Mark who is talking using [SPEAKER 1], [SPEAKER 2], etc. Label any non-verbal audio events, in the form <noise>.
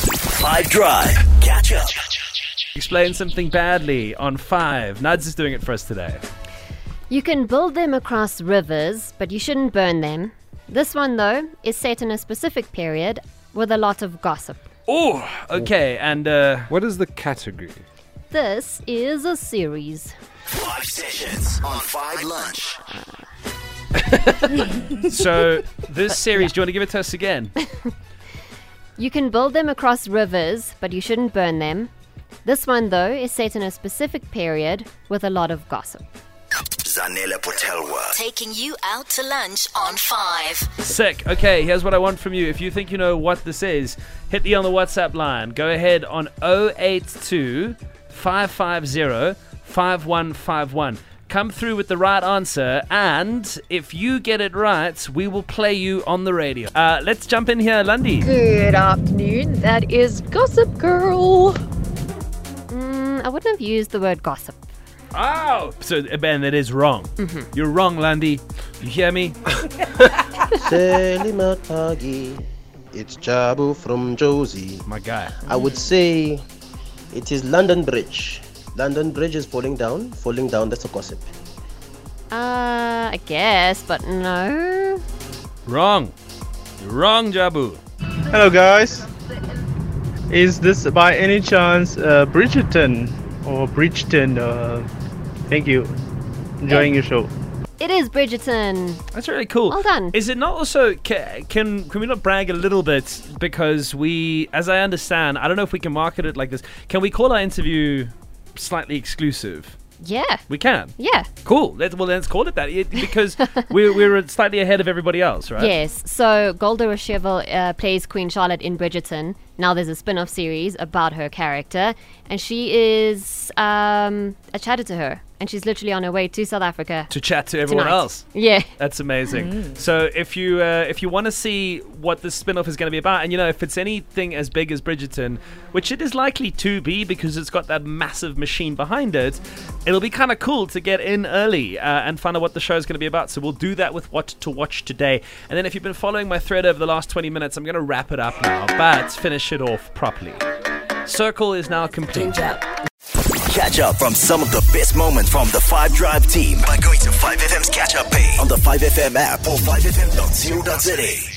[SPEAKER 1] Five Drive. Catch up.
[SPEAKER 2] Explain something badly on five. Nuds is doing it for us today.
[SPEAKER 3] You can build them across rivers, but you shouldn't burn them. This one, though, is set in a specific period with a lot of gossip.
[SPEAKER 2] Oh, okay. And uh,
[SPEAKER 4] What is the category?
[SPEAKER 3] This is a series.
[SPEAKER 1] Five sessions on Five Lunch.
[SPEAKER 2] so this series, do you want to give it to us again?
[SPEAKER 3] You can build them across rivers, but you shouldn't burn them. This one, though, is set in a specific period with a lot of gossip.
[SPEAKER 1] Zanella Potelwa.
[SPEAKER 5] Taking you out to lunch on five.
[SPEAKER 2] Sick. Okay, here's what I want from you. If you think you know what this is, hit me on the WhatsApp line. Go ahead on 082 550 5151. Come through with the right answer, and if you get it right, we will play you on the radio. Uh, let's jump in here, Lundy.
[SPEAKER 6] Good afternoon. That is Gossip Girl.
[SPEAKER 3] Mm, I wouldn't have used the word gossip.
[SPEAKER 2] Oh! So, Ben, that is wrong.
[SPEAKER 3] Mm-hmm.
[SPEAKER 2] You're wrong, Lundy. You hear
[SPEAKER 3] <laughs>
[SPEAKER 2] me?
[SPEAKER 7] Selim Atagi. It's Jabu from Josie.
[SPEAKER 2] My guy.
[SPEAKER 7] I would say it is London Bridge. London Bridge is falling down. Falling down, that's a gossip.
[SPEAKER 3] Uh, I guess, but no.
[SPEAKER 2] Wrong. You're wrong, Jabu.
[SPEAKER 8] Hello, guys. Is this by any chance uh, Bridgerton or Bridgeton? Uh, thank you. Enjoying your show.
[SPEAKER 3] It is Bridgerton.
[SPEAKER 2] That's really cool.
[SPEAKER 3] Well done.
[SPEAKER 2] Is it not also ca- can can we not brag a little bit because we, as I understand, I don't know if we can market it like this. Can we call our interview slightly exclusive?
[SPEAKER 3] Yeah.
[SPEAKER 2] We can.
[SPEAKER 3] Yeah.
[SPEAKER 2] Cool. Let's, well, let's call it that it,
[SPEAKER 3] <laughs>
[SPEAKER 2] because we're we're slightly ahead of everybody else, right?
[SPEAKER 3] Yes. So Golda Rochevel uh, plays Queen Charlotte in Bridgerton. Now there's a spin-off series about her character, and she is. Um, I chatted to her, and she's literally on her way to South Africa
[SPEAKER 2] To chat to everyone
[SPEAKER 3] tonight.
[SPEAKER 2] else.
[SPEAKER 3] Yeah.
[SPEAKER 2] That's amazing. So if you uh, if you want to see what this spin-off is going to be about, and you know if it's anything as big as Bridgerton, which it is likely to be because it's got that massive machine behind it, it'll be kind of cool to get in early uh, and find out what the show is going to be about. So we'll do that with what to watch today. And then if you've been following my thread over the last 20 minutes, I'm going to wrap it up now, but finish it off properly. Circle is now complete.
[SPEAKER 1] Catch up from some of the best moments from the Five Drive team by going to 5FM's catch up page on the 5FM app or 5FM.co.za.